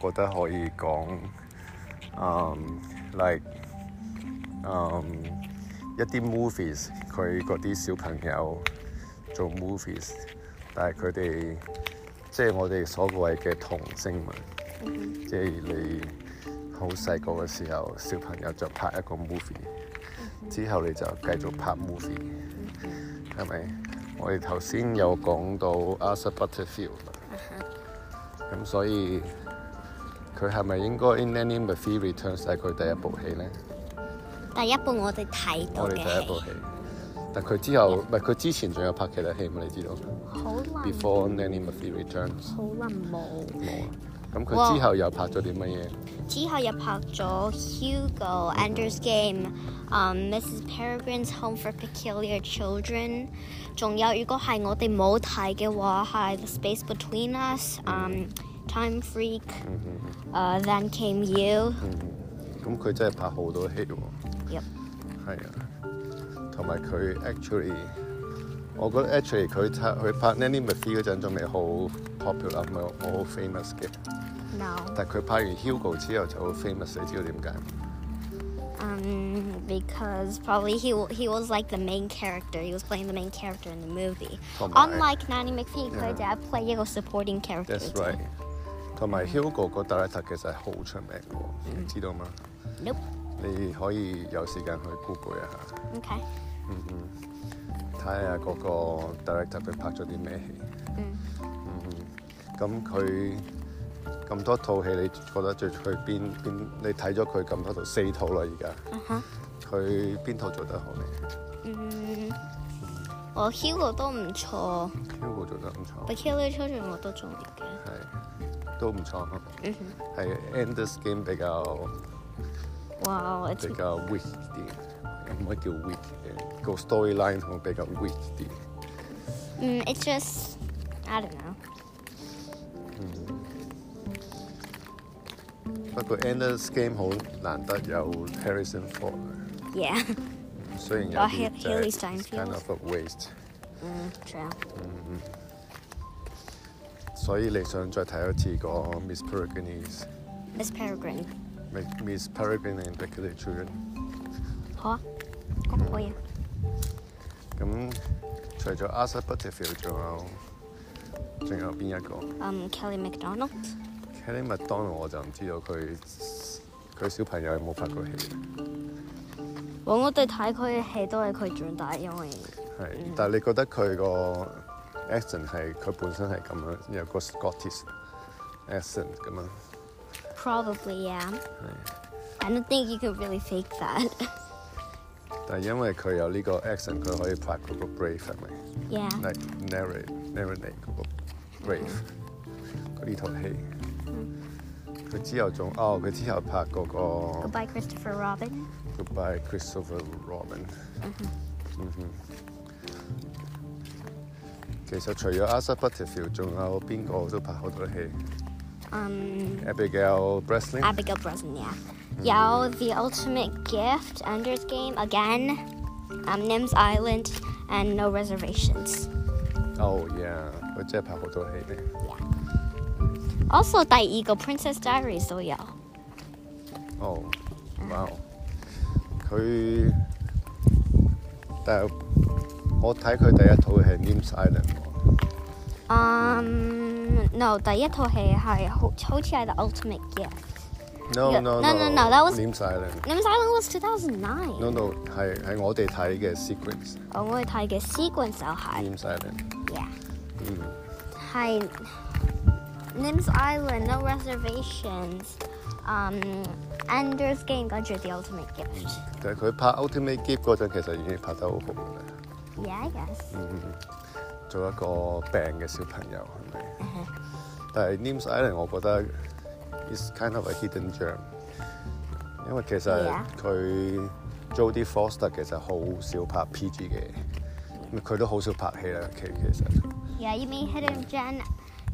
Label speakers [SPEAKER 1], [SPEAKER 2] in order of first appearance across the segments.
[SPEAKER 1] 覺得可以講，嗯，like，嗯，一啲 movies 佢嗰啲小朋友做 movies，但係佢哋即係我哋所謂嘅童星文，即係你好細個嘅時候，小朋友就拍一個 movie，之後你就繼續拍 movie，係咪？我哋頭先有講到 Asa Butterfield 啦。咁所以佢係咪應該《In Any Movie Returns》係佢第一部戲咧？
[SPEAKER 2] 第一部我哋睇到
[SPEAKER 1] 我哋
[SPEAKER 2] 嘅
[SPEAKER 1] 第一部
[SPEAKER 2] 戲，
[SPEAKER 1] 戲，但佢之後唔係佢之前仲有拍其他戲嘛？你知道
[SPEAKER 2] 好耐
[SPEAKER 1] ？Before In Any Movie Returns
[SPEAKER 2] 好耐冇。
[SPEAKER 1] 冇啊。咁佢之後又拍咗啲乜嘢？
[SPEAKER 2] 之後又拍咗《Hugo》、《Ender's Game》、《Mrs. Peregrine's Home for Peculiar Children》，仲有如果係我哋冇睇嘅話，係《The Space Between Us》、《Time Freak》、誒《Then Came You
[SPEAKER 1] 咁佢真係拍好多戲喎。》。
[SPEAKER 2] Yep，
[SPEAKER 1] 係啊，同埋佢 actually，我覺得 actually 佢拍佢拍《In Any Movie》嗰陣仲未好 popular，唔係我好 famous 嘅。
[SPEAKER 2] no，
[SPEAKER 1] 但佢拍完 Hugo 之後就好 famous，你知道點解嗎？
[SPEAKER 2] um, because probably he wa- he was like the main character. He was playing the main character in the movie.
[SPEAKER 1] 同埋-
[SPEAKER 2] Unlike Nanny McPhee，佢就係 play 一個 supporting character
[SPEAKER 1] That's
[SPEAKER 2] 啫。
[SPEAKER 1] right。同埋 Hugo 個 director 其實係好出名嘅喎，你知道嗎？
[SPEAKER 2] Nope.
[SPEAKER 1] 你可以有時間去 Google 一下，
[SPEAKER 2] Okay.
[SPEAKER 1] 睇下嗰個 director 佢拍咗啲咩戲。嗯嗯。咁佢咁多套戲，你覺得最去邊邊？你睇咗佢咁多套，四套啦而家。
[SPEAKER 2] Uh-huh.
[SPEAKER 1] 佢邊套做得好咧
[SPEAKER 2] 嗯，我 Hugo 都唔錯
[SPEAKER 1] ？Hugo 做得唔錯
[SPEAKER 2] ，The，Killer Children 我都中意嘅。
[SPEAKER 1] 係都唔錯啊。係 Ender's Game 比較。
[SPEAKER 2] 哇
[SPEAKER 1] 比
[SPEAKER 2] ，it's
[SPEAKER 1] 較 weak 啲，又唔可以叫 weak 嘅，個 storyline 同比較 weak 啲。
[SPEAKER 2] 嗯，it's mm, just I don't know。
[SPEAKER 1] 不過 Ender's Game 好難得有 Harrison Ford，
[SPEAKER 2] Yeah，
[SPEAKER 1] 雖然有
[SPEAKER 2] 哇，Hal-
[SPEAKER 1] 啲就
[SPEAKER 2] Haley
[SPEAKER 1] 係
[SPEAKER 2] Steinfeld
[SPEAKER 1] kind of a waste。
[SPEAKER 2] 嗯，true。Mm,
[SPEAKER 1] 所以你想再睇一次個 Miss Peregrine's
[SPEAKER 2] Miss Peregrine，
[SPEAKER 1] Miss Peregrine and Peculiar Children。
[SPEAKER 2] 好啊，可唔可以？
[SPEAKER 1] 咁除咗 Asa Butterfield，仲有仲有邊一個
[SPEAKER 2] 嗯，Kelly Um, MacDonald，
[SPEAKER 1] ？Kelly MacDonald 我就唔知道佢佢小朋友有冇拍過戲，
[SPEAKER 2] 我我哋睇佢嘅戲都係佢長大，因為
[SPEAKER 1] 係，但係你覺得佢個 accent 係佢本身係咁樣，有個 Scottish accent 咁樣，
[SPEAKER 2] probably yeah。I don't think you can really fake that.
[SPEAKER 1] 但係因為佢有呢個 accent，佢可以拍嗰個 brave 係咪
[SPEAKER 2] Yeah.
[SPEAKER 1] ？like narrate narrate 嗰個 brave 佢呢套戲，佢之後仲哦，佢之後拍嗰個
[SPEAKER 2] Goodbye, Christopher Robin.
[SPEAKER 1] Goodbye Christopher Robin。嗯哼其實除咗 Asa Butterfield，仲有邊個都拍好多戲？
[SPEAKER 2] 嗯
[SPEAKER 1] Abigail Breslin。
[SPEAKER 2] Um, Abigail Breslin, yeah. 有 The Ultimate Gift, Ender's Game again, um, Nims Island, and No Reservations.
[SPEAKER 1] Oh yeah，佢真係拍好多戲咧。
[SPEAKER 2] Also 第二個 Princess Diaries 都有。
[SPEAKER 1] 哦，哇！佢，但係我睇佢第一套係《Names Island》喎。
[SPEAKER 2] Um, no 第一套戲係好-好似係 The Ultimate Gift.
[SPEAKER 1] No
[SPEAKER 2] Yeah.
[SPEAKER 1] no
[SPEAKER 2] No, no, no, that was-
[SPEAKER 1] Names Island。
[SPEAKER 2] Nims Island was 2009.
[SPEAKER 1] No no，係係我哋睇嘅 sequence。
[SPEAKER 2] 我會睇嘅 Oh, sequence 就係
[SPEAKER 1] Names Island。
[SPEAKER 2] yeah
[SPEAKER 1] 嗯，
[SPEAKER 2] 係 Nims Island, No Reservations, um, Ender's Game 跟住 The Ultimate Gift.
[SPEAKER 1] 但係佢拍《Ultimate Gift》嗰陣，其實已經拍得好好㗎啦。
[SPEAKER 2] Yeah, I guess.
[SPEAKER 1] 做一個病嘅小朋友係咪？但係 Names Island 我覺得 is kind of a hidden gem，因為其實
[SPEAKER 2] Yeah.
[SPEAKER 1] 佢 Jodie Foster 其實好少拍 PG 嘅，咁佢都好少拍戲啦。其其實
[SPEAKER 2] Yeah, you mean hidden gem,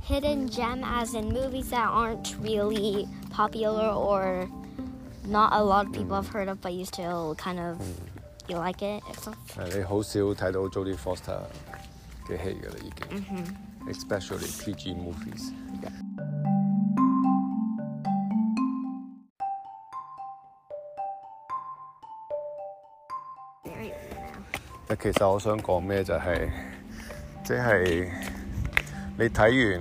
[SPEAKER 2] hidden gem as in movies that aren't really popular or not a lot of people have heard of, but you still kind of you like it or something.
[SPEAKER 1] 誒你好少睇到 Jodie Foster 嘅戲㗎啦，已經、especially PG movies。實其實我想講咩就係、即係你睇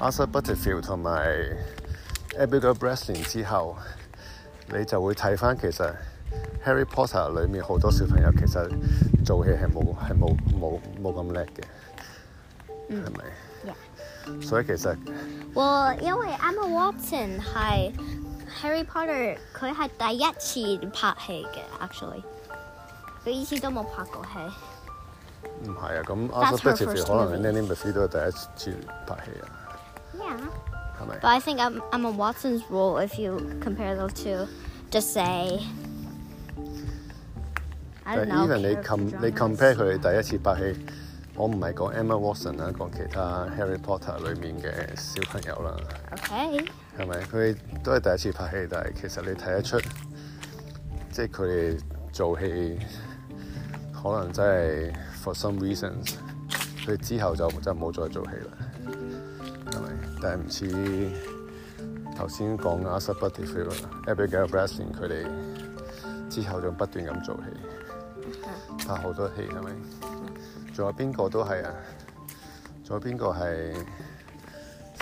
[SPEAKER 1] 完 Asa Butterfield 同埋 Abigail Breslin 之後，你就會睇翻其實 Harry Potter 裏面好多小朋友其實做戲係冇係冇冇冇咁叻嘅，係咪、
[SPEAKER 2] 嗯 Yeah.
[SPEAKER 1] 所以其實
[SPEAKER 2] Well, 因為 Emma Watson 係 Harry Potter，佢係第一次拍戲嘅，actually，佢以前都冇拍過戲。
[SPEAKER 1] 唔係啊，咁
[SPEAKER 2] That's
[SPEAKER 1] Asa
[SPEAKER 2] her
[SPEAKER 1] Butterfield
[SPEAKER 2] first
[SPEAKER 1] 可能
[SPEAKER 2] movie.
[SPEAKER 1] Nanny McPhee 都係第一次拍戲啊，
[SPEAKER 2] Yeah.
[SPEAKER 1] 係咪
[SPEAKER 2] But？I think Em- Emma Watson's role, if you compare those two, just say. I don't know.
[SPEAKER 1] even 你
[SPEAKER 2] character
[SPEAKER 1] com 你
[SPEAKER 2] dramas.
[SPEAKER 1] compare 佢哋第一次拍戲，我唔係講 Emma Watson 啦，講其他 Harry Potter 裏面嘅小朋友啦，
[SPEAKER 2] Okay.
[SPEAKER 1] 係咪？佢哋都係第一次拍戲，但係其實你睇得出，即係佢哋做戲可能真係 for some reasons，佢之後就就冇再做戲啦，係咪？但係唔似頭先講 a s a Butterfield、Abigail Breslin 佢哋之後就不斷咁做戲。
[SPEAKER 2] Uh-huh.
[SPEAKER 1] 拍好多戲係咪？仲有邊個都係啊？仲有邊個係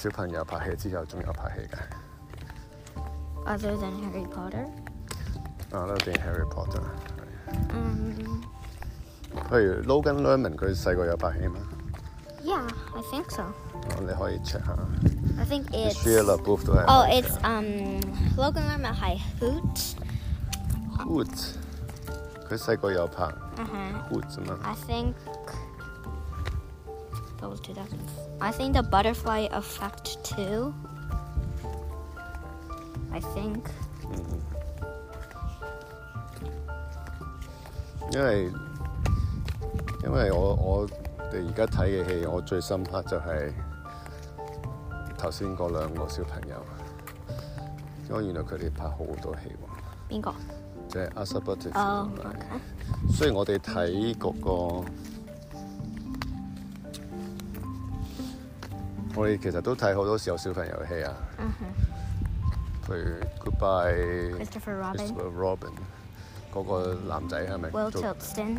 [SPEAKER 1] 小朋友拍戲之後仲有拍戲嘅
[SPEAKER 2] Other than Harry Potter.
[SPEAKER 1] 啊？都定 Harry Potter。
[SPEAKER 2] Um,
[SPEAKER 1] 譬如 Logan Lerman 佢細個有拍戲嘛？
[SPEAKER 2] yeah, I think so.
[SPEAKER 1] 啊你可以 check 下。
[SPEAKER 2] I think it's.
[SPEAKER 1] Shia LaBeouf 都係。
[SPEAKER 2] Oh, it's um Logan Lerman High Hoot.
[SPEAKER 1] Hood。佢細個有拍
[SPEAKER 2] Uh huh.
[SPEAKER 1] Hood 啊嘛。
[SPEAKER 2] I think that was 2000. I think the Butterfly Effect too. I think.
[SPEAKER 1] 嗯因為因為我我哋而家睇嘅戲，我最深刻就係頭先嗰兩個小朋友，因為原來佢哋拍好多戲喎，
[SPEAKER 2] Bingo.
[SPEAKER 1] 即係《阿 s a b u t t e
[SPEAKER 2] Oh, okay.
[SPEAKER 1] 雖然我哋睇嗰個，我哋其實都睇好多時候小朋友嘅戲啊，
[SPEAKER 2] Uh-huh.
[SPEAKER 1] 譬如 Goodbye
[SPEAKER 2] Christopher Robin.
[SPEAKER 1] Christopher Robin 嗰個男仔係咪？
[SPEAKER 2] Will
[SPEAKER 1] 做
[SPEAKER 2] Tilston,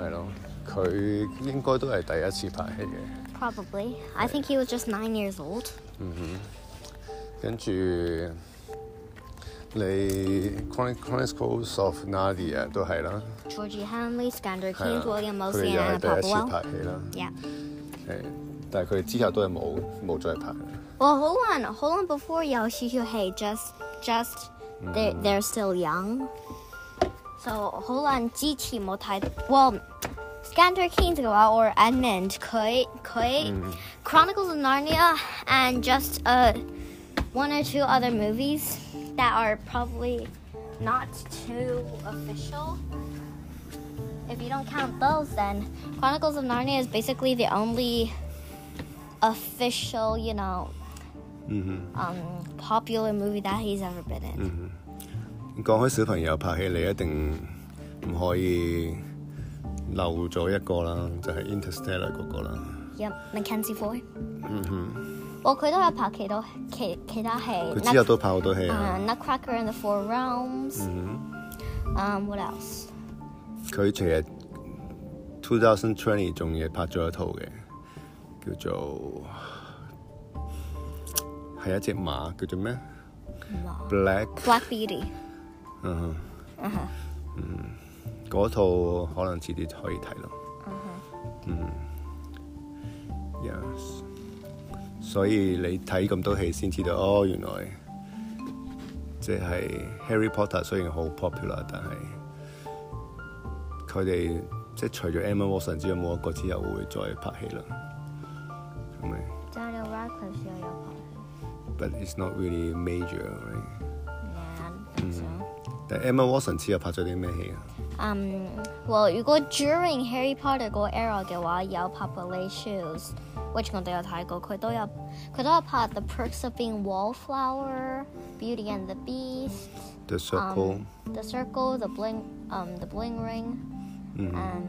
[SPEAKER 1] 係咯，佢應該都係第一次拍戲嘅。
[SPEAKER 2] probably. I think he was just nine years old.
[SPEAKER 1] 跟住你《Chron- Chronicles of Narnia》都係啦，
[SPEAKER 2] Georgie Henley, Skander
[SPEAKER 1] 係
[SPEAKER 2] Kings,
[SPEAKER 1] 啦
[SPEAKER 2] William
[SPEAKER 1] 佢哋
[SPEAKER 2] Mosley,
[SPEAKER 1] 又係
[SPEAKER 2] and Anna
[SPEAKER 1] 第一次
[SPEAKER 2] Popplewell.
[SPEAKER 1] 拍戲啦。
[SPEAKER 2] Yeah.
[SPEAKER 1] 係，但係佢哋之後都係冇冇再拍。
[SPEAKER 2] Well, hold on, hold on. Before y'all shoot your hey, just, just, they're they're still young. So hold on, 之前冇睇 Well, Skander Kings 嘅話，or Edmund 佢佢 Chronicles of Narnia and just uh one or two other movies that are probably not too official. If you don't count those, then Chronicles of Narnia is basically the only official, you know,
[SPEAKER 1] 嗯
[SPEAKER 2] um, popular movie that he's ever been in.
[SPEAKER 1] 哼，講開小朋友拍戲，你一定唔可以漏咗一個啦，就係、Interstellar 嗰個啦。
[SPEAKER 2] Yep, Mackenzie Foy. Well, 佢都有拍其他其-其他戲，
[SPEAKER 1] 佢之後都拍好多戲
[SPEAKER 2] Nut-
[SPEAKER 1] 啊。
[SPEAKER 2] uh, Nutcracker in the Four Realms. Um, what else?
[SPEAKER 1] 佢其實 two thousand twenty 仲嘢拍咗一套嘅，叫做係一隻馬，叫做咩
[SPEAKER 2] No.
[SPEAKER 1] ？Black，
[SPEAKER 2] Black Beauty.
[SPEAKER 1] 嗯哼，嗯，嗰套可能遲啲可以睇咯。嗯，yes。所以你睇咁多戲先知道，哦，原來即係 Harry Potter 雖然好 popular，但係佢哋即係除咗 Emma Watson 之外，冇一個之後會再拍戲啦。係咪
[SPEAKER 2] Daniel Radcliffe 又有拍。Yeah,
[SPEAKER 1] ？But it's not really major、right?。
[SPEAKER 2] I don't think so.
[SPEAKER 1] 但 Emma Watson 之後拍咗啲咩戲啊？
[SPEAKER 2] Um, well, 如果 during Harry Potter 嗰 era 嘅話，有 Poplar Shoes，which 我哋有睇過，佢都有佢都有拍 The Perks of Being Wallflower、Beauty and the Beast、
[SPEAKER 1] The Circle、
[SPEAKER 2] Um, The Circle、The Bling、um The Bling Ring、
[SPEAKER 1] 嗯哼
[SPEAKER 2] um,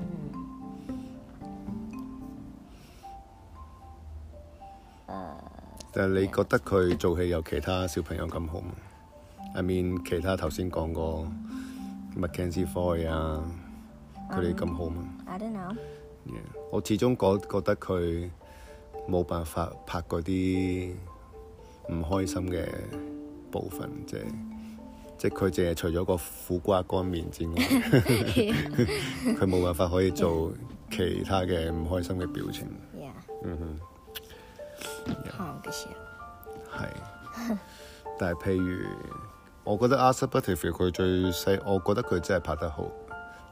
[SPEAKER 1] Nhưng anh nghĩ hắn làm việc với các trẻ em khác không? Tôi nghĩ, ngoài những gì anh đã nói, những gì anh đã nói, anh nghĩ hắn làm việc với các trẻ em khác không? Tôi nghĩ hắn làm việc với các trẻ em khác không? Tôi nghĩ hắn làm việc với các trẻ em khác không? Tôi nghĩ hắn làm việc với các trẻ em khác không? Tôi nghĩ hắn làm việc với các trẻ em khác không? Tôi nghĩ hắn làm việc với các trẻ em khác không? Tôi nghĩ hắn làm việc với các trẻ em khác không? Tôi nghĩ hắn làm việc với các trẻ em khác không? Tôi nghĩ hắn làm việc với các trẻ em khác không? Tôi nghĩ hắn làm việc với các trẻ em khác không? Tôi nghĩ hắn làm việc với các trẻ em khác không? Tôi nghĩ hắn làm việc với các trẻ em khác không? Tôi nghĩ hắn làm việc với các trẻ em khác không? Tôi nghĩ hắn làm việc với các trẻ em khác không? Tôi nghĩ hắn làm việc với các trẻ em khác không? 啊佢哋咁好嘛
[SPEAKER 2] 嗯。I don't know.
[SPEAKER 1] Yeah，我始終覺覺得佢冇辦法拍嗰啲唔開心嘅部分，即係即係佢淨係除咗個苦瓜乾面之外，佢冇辦法可以做其他嘅唔開心嘅表情。
[SPEAKER 2] Yeah. Oh,
[SPEAKER 1] 嗯哼。
[SPEAKER 2] 好嘅事。
[SPEAKER 1] 係，但係譬如，我覺得 a s a Butterfield 佢最細，我覺得佢真係拍得好，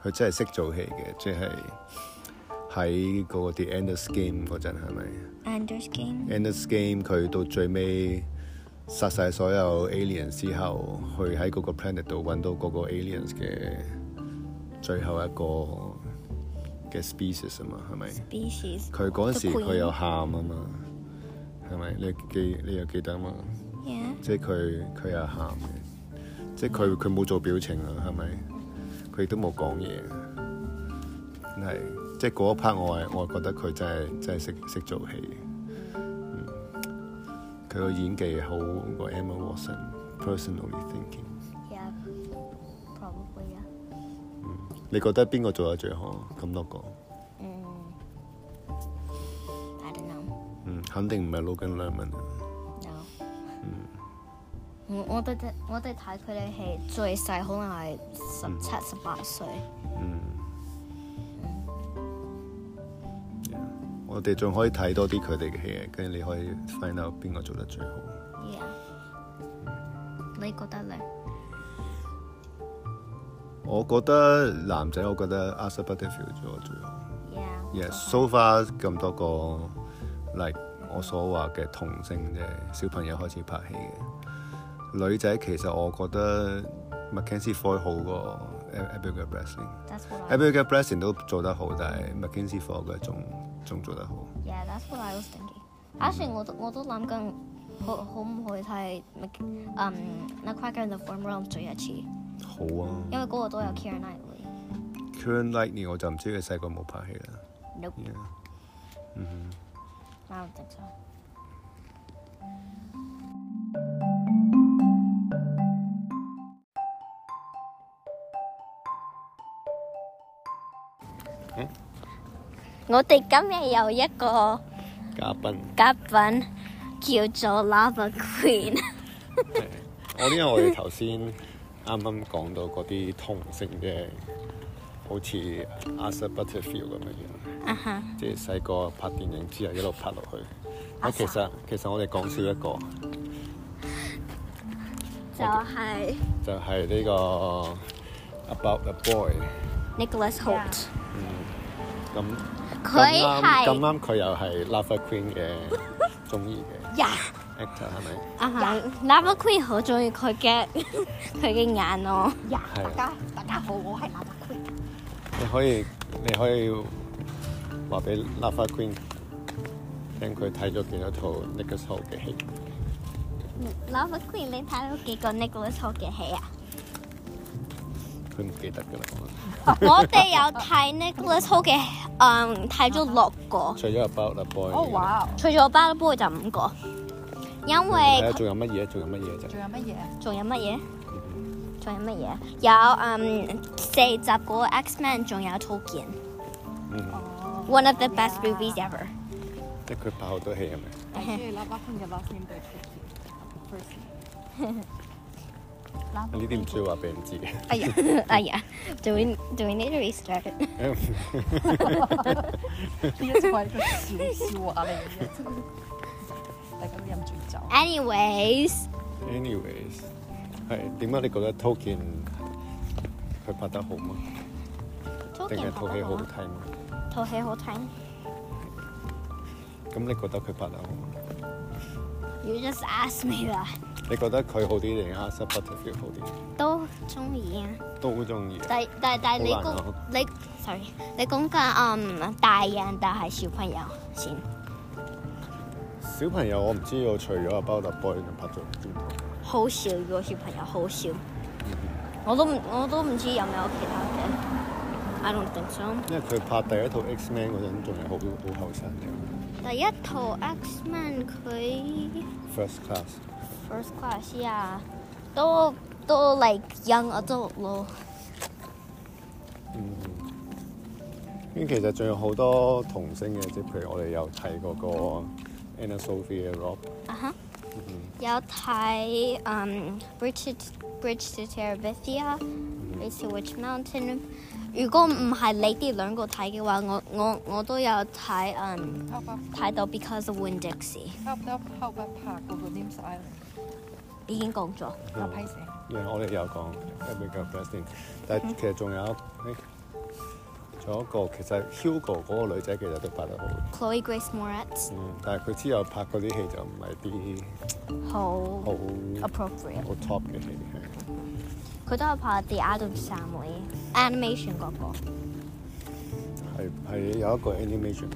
[SPEAKER 1] 佢真係識做戲嘅，即係喺嗰個 The Endless Game 嗰陣係咪
[SPEAKER 2] Anders game.
[SPEAKER 1] ？Endless Game 佢到最尾殺晒所有 aliens 之後，去喺嗰個 planet 度揾到嗰個 aliens 嘅最後一個嘅 species 啊嘛，係咪？
[SPEAKER 2] Species.
[SPEAKER 1] 佢嗰陣時
[SPEAKER 2] The Queen
[SPEAKER 1] 佢有喊啊嘛，係咪？你記你又記得啊嘛？
[SPEAKER 2] Yeah.
[SPEAKER 1] 即係佢佢又喊嘅，即係佢佢冇做表情啊，係咪？佢亦都冇講嘢，真係即係嗰一 part 我係我係覺得佢真係真係識識做戲嘅，嗯佢個演技好過 Emma Watson。Personally thinking，
[SPEAKER 2] Yeah. Probably yeah.
[SPEAKER 1] 你覺得邊個做得最好？咁多個，
[SPEAKER 2] Mm. I don't know.
[SPEAKER 1] 嗯，肯定唔係 Logan Lerman 啊。
[SPEAKER 2] No. 我我哋睇我哋睇佢哋戲最細可能係十七十八歲。
[SPEAKER 1] 嗯，我哋仲可以睇多啲佢哋嘅戲嘅，跟住你可以 find out 邊個做得最好。
[SPEAKER 2] Yeah. 你覺得咧？
[SPEAKER 1] 我覺得男仔，我覺得 a s a Butterfield 做得最好。
[SPEAKER 2] Yeah.
[SPEAKER 1] Yes，so far 咁多個，like 我所話嘅童星啫，小朋友開始拍戲嘅女仔，其實我覺得 Mackenzie Foy 好過 Abigail Breslin。
[SPEAKER 2] That's what I.
[SPEAKER 1] Abigail Breslin 都做得好，但係 Mackenzie Foy 嘅仲仲做得好。
[SPEAKER 2] Yeah, that's what I was thinking. Actually，我都我都諗緊，可可唔可以睇嗯《Nutcracker in the Fourth Realm》最一次，
[SPEAKER 1] 好啊。
[SPEAKER 2] 因為嗰個都有 Keira Knightley。
[SPEAKER 1] Karen Lightning 我就唔知佢細個有冇拍戲啦。
[SPEAKER 2] Nope,
[SPEAKER 1] Yeah. 嗯
[SPEAKER 2] I don't think so. 我哋今日有一個
[SPEAKER 1] 哼，嘉賓，
[SPEAKER 2] 嘉賓叫做 Lava Queen。
[SPEAKER 1] 我因為我哋頭先啱啱講到嗰啲同性嘅，好似 a s a Butterfield 咁樣樣，
[SPEAKER 2] 啊哈，
[SPEAKER 1] 即係細個拍電影之後一路拍落去。啊，其實其實我哋講少一個，
[SPEAKER 2] 就係
[SPEAKER 1] 就係、呢個 About a Boy。
[SPEAKER 2] Nicholas Holt。
[SPEAKER 1] 咁咁
[SPEAKER 2] 佢
[SPEAKER 1] 啱咁
[SPEAKER 2] 係
[SPEAKER 1] 啱佢又係 Love Queen 嘅中意嘅
[SPEAKER 2] 呀
[SPEAKER 1] actor 係咪？
[SPEAKER 2] 啊哈，Lava Queen 好中意佢嘅 佢嘅眼哦咯。
[SPEAKER 3] 呀，
[SPEAKER 1] 係啊
[SPEAKER 3] 大家大家好，我係林德奎。
[SPEAKER 1] 你可以你可以話俾 Lava Queen 聽佢睇咗幾多套 Nicholas Hoult 嘅戲，
[SPEAKER 2] Lava Queen，你睇到幾個 Nicholas Holt 嘅戲啊？
[SPEAKER 1] 佢唔記得㗎啦。
[SPEAKER 2] 我哋有睇 Nicholas Holt 嘅，嗯，睇咗六個，
[SPEAKER 1] 除咗 About a Boy，
[SPEAKER 3] 哦，哇！
[SPEAKER 2] 除咗 b a d Boy 就五個，因
[SPEAKER 1] 睇下
[SPEAKER 2] 為
[SPEAKER 1] 仲有乜嘢？仲有乜嘢啫
[SPEAKER 3] 仲？有乜嘢？
[SPEAKER 2] 仲有乜嘢？仲有乜嘢？有嗯四集嗰個 X Man，仲有 Tolkien，one
[SPEAKER 1] 嗯，
[SPEAKER 3] 哦
[SPEAKER 2] of the best movies ever。
[SPEAKER 1] 即係佢拍好多戲係咪？
[SPEAKER 3] 我中意林德奎嘅 last name 對 First。
[SPEAKER 1] 呢啲唔需要話俾人知 嘅。
[SPEAKER 2] 哎呀， 哎呀，do we do we need to restart it？
[SPEAKER 3] 呢一次我係個笑笑話嚟嘅，大家都飲醉酒。
[SPEAKER 2] Anyways，
[SPEAKER 1] Anyways，係點解你覺得 Tolkien 佢拍得好嗎？定係套戲好好睇嗎？
[SPEAKER 2] 套戲好睇。
[SPEAKER 1] 咁你覺得佢拍得好嗎？
[SPEAKER 2] You just ask me that，
[SPEAKER 1] 你覺得佢好啲定 a s a Butterfield 好啲？
[SPEAKER 2] 都中意啊。
[SPEAKER 1] 都中意。
[SPEAKER 2] 但但但你
[SPEAKER 1] 好
[SPEAKER 2] 講
[SPEAKER 1] 難啊
[SPEAKER 2] 你，sorry，你講緊嗯大人但係小朋友先。
[SPEAKER 1] 小朋友我唔知道，除咗 About a Boy 仲拍咗邊套？
[SPEAKER 2] 好少個小朋友，好少。我都唔我都唔知有冇其他嘅。I don't think so。
[SPEAKER 1] 因為佢拍第一套 X Man 嗰陣仲係好好後生嘅
[SPEAKER 2] 第一套 X Men 佢
[SPEAKER 1] First Class。
[SPEAKER 2] First Class 啊，都都 like young adult 咯。
[SPEAKER 1] 嗯，咁其實仲有好多童星嘅，即係譬如我哋有睇嗰個 Anna Sophia Robb，
[SPEAKER 2] 有睇嗯 um, Bridge Bridge to Terabithia、Race to Witch Mountain。如果唔係你哋兩個睇嘅話，我我我都有睇嗯
[SPEAKER 3] Help up,
[SPEAKER 2] 睇到 um, Because of Win Dixie
[SPEAKER 3] help up, help up 拍嗰個 Names Island，
[SPEAKER 2] 已經講咗。
[SPEAKER 3] 啊批死，
[SPEAKER 1] 因為我哋有講 Abigail Breslin，但係其實仲有誒，仲有一個其實 Hugo 嗰個女仔其實都拍得好，
[SPEAKER 2] Chloe Grace Moretz
[SPEAKER 1] 嗯，但係佢之後拍嗰啲戲就唔係啲
[SPEAKER 2] 好
[SPEAKER 1] 好
[SPEAKER 2] appropriate，
[SPEAKER 1] 好 top 嘅戲，係
[SPEAKER 2] 佢都有拍 The Adams Family animation 嗰個。
[SPEAKER 1] 係係有一個 animation，